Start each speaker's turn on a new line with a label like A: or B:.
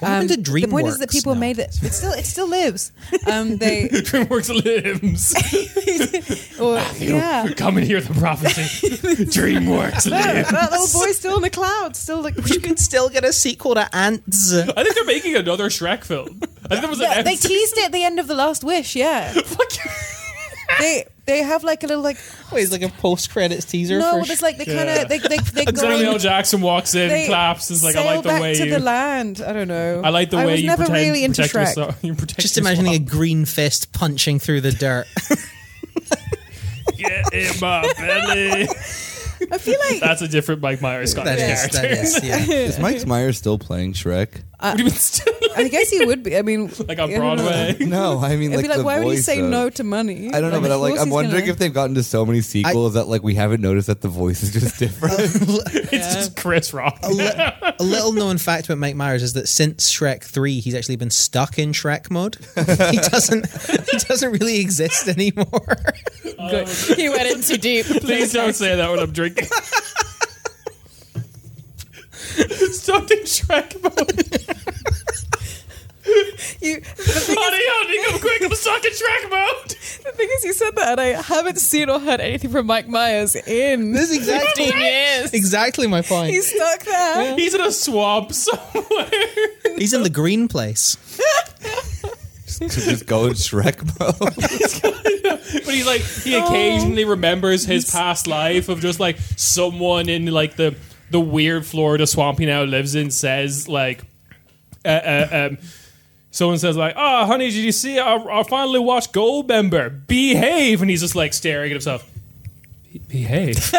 A: What happened to DreamWorks?
B: Um, The point is that people
A: No.
B: made it. It still it still lives. Um, they
C: DreamWorks limbs.
B: or yeah.
C: Come and hear the prophecy. DreamWorks
B: That,
C: limbs.
B: that little boy's still in the cloud. Still like
A: You can still get a sequel to Ants.
C: I think they're making another Shrek film. I think that was an
B: Yeah, they
C: episode.
B: teased it at the end of the Last Wish. Yeah,
C: Fuck you.
B: they they have like a little like
A: Wait, it's like a post-credits teaser.
B: no,
A: for
B: it's like they kind of they they they
C: And Samuel L.
B: going.
C: Jackson walks in,
B: They
C: claps, is like, I
B: sail
C: like the
B: back
C: way
B: to
C: you.
B: the land. I don't know.
C: I like the
B: I
C: way
B: was
C: you
B: never
C: pretend,
B: really into
C: protect
B: Shrek.
C: yourself. You protect
A: just
C: yourself.
A: imagining a green fist punching through the dirt.
C: Get in my belly.
B: I feel like
C: That's a different Mike Myers Scottish
A: that is,
C: character.
A: that is, yeah.
D: Is Mike Myers still playing Shrek?
C: What do you mean, still-
B: I guess he would be. I mean,
C: like on
B: I don't know.
C: Broadway?
D: Uh, No, I mean,
B: I'd
D: like,
B: be like,
D: the
B: why would he
D: voice
B: say
D: of-
B: no to money?
D: I don't know, but I'm
B: of
D: like,
B: course
D: I'm
B: he's
D: wondering
B: gonna-
D: if they've gotten to so many sequels that like we haven't noticed that the voice is just different.
C: It's just Chris Rock.
A: A, li- a little known fact about Mike Myers is that since Shrek 3, he's actually been stuck in Shrek mode. he doesn't he doesn't really exist anymore.
B: Good. He went in too deep.
C: Please don't say that when I'm drinking. Stuck in Shrek mode.
B: You, the, thing,
C: Honey, honey, come quick. I'm stuck in Shrek mode.
B: the thing is, you said that, and I haven't seen or heard anything from Mike Myers in
A: This is exactly,
B: 15 years.
A: exactly my point.
B: He's stuck there.
C: He's in a swamp somewhere.
A: he's in the green place.
D: to just go in Shrek mode.
C: But he's like, he occasionally remembers his past life of just like someone in like the the weird Florida swamp he now lives in says like, uh, uh, um, someone says like, "Ah, honey, did you see? I, I finally watched Goldmember. Behave!" And he's just like staring at himself. Behave.